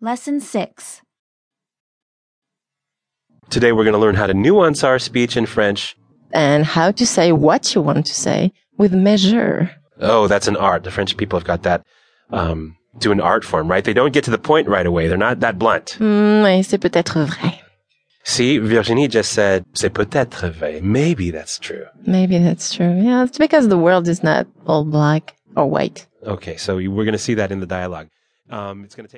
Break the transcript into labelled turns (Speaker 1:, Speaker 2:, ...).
Speaker 1: Lesson 6
Speaker 2: Today we're going to learn how to nuance our speech in French.
Speaker 3: and how to say what you want to say with measure.
Speaker 2: Oh, that's an art. The French people have got that um, do an art form, right? They don't get to the point right away. They're not that blunt.
Speaker 3: Hmm, et c'est peut-être vrai.
Speaker 2: See, Virginie just said, c'est peut-être vrai. Maybe that's true.
Speaker 3: Maybe that's true. Yeah, it's because the world is not all black or white.
Speaker 2: Okay, so you- we're going to see that in the dialogue. Um, it's going to take.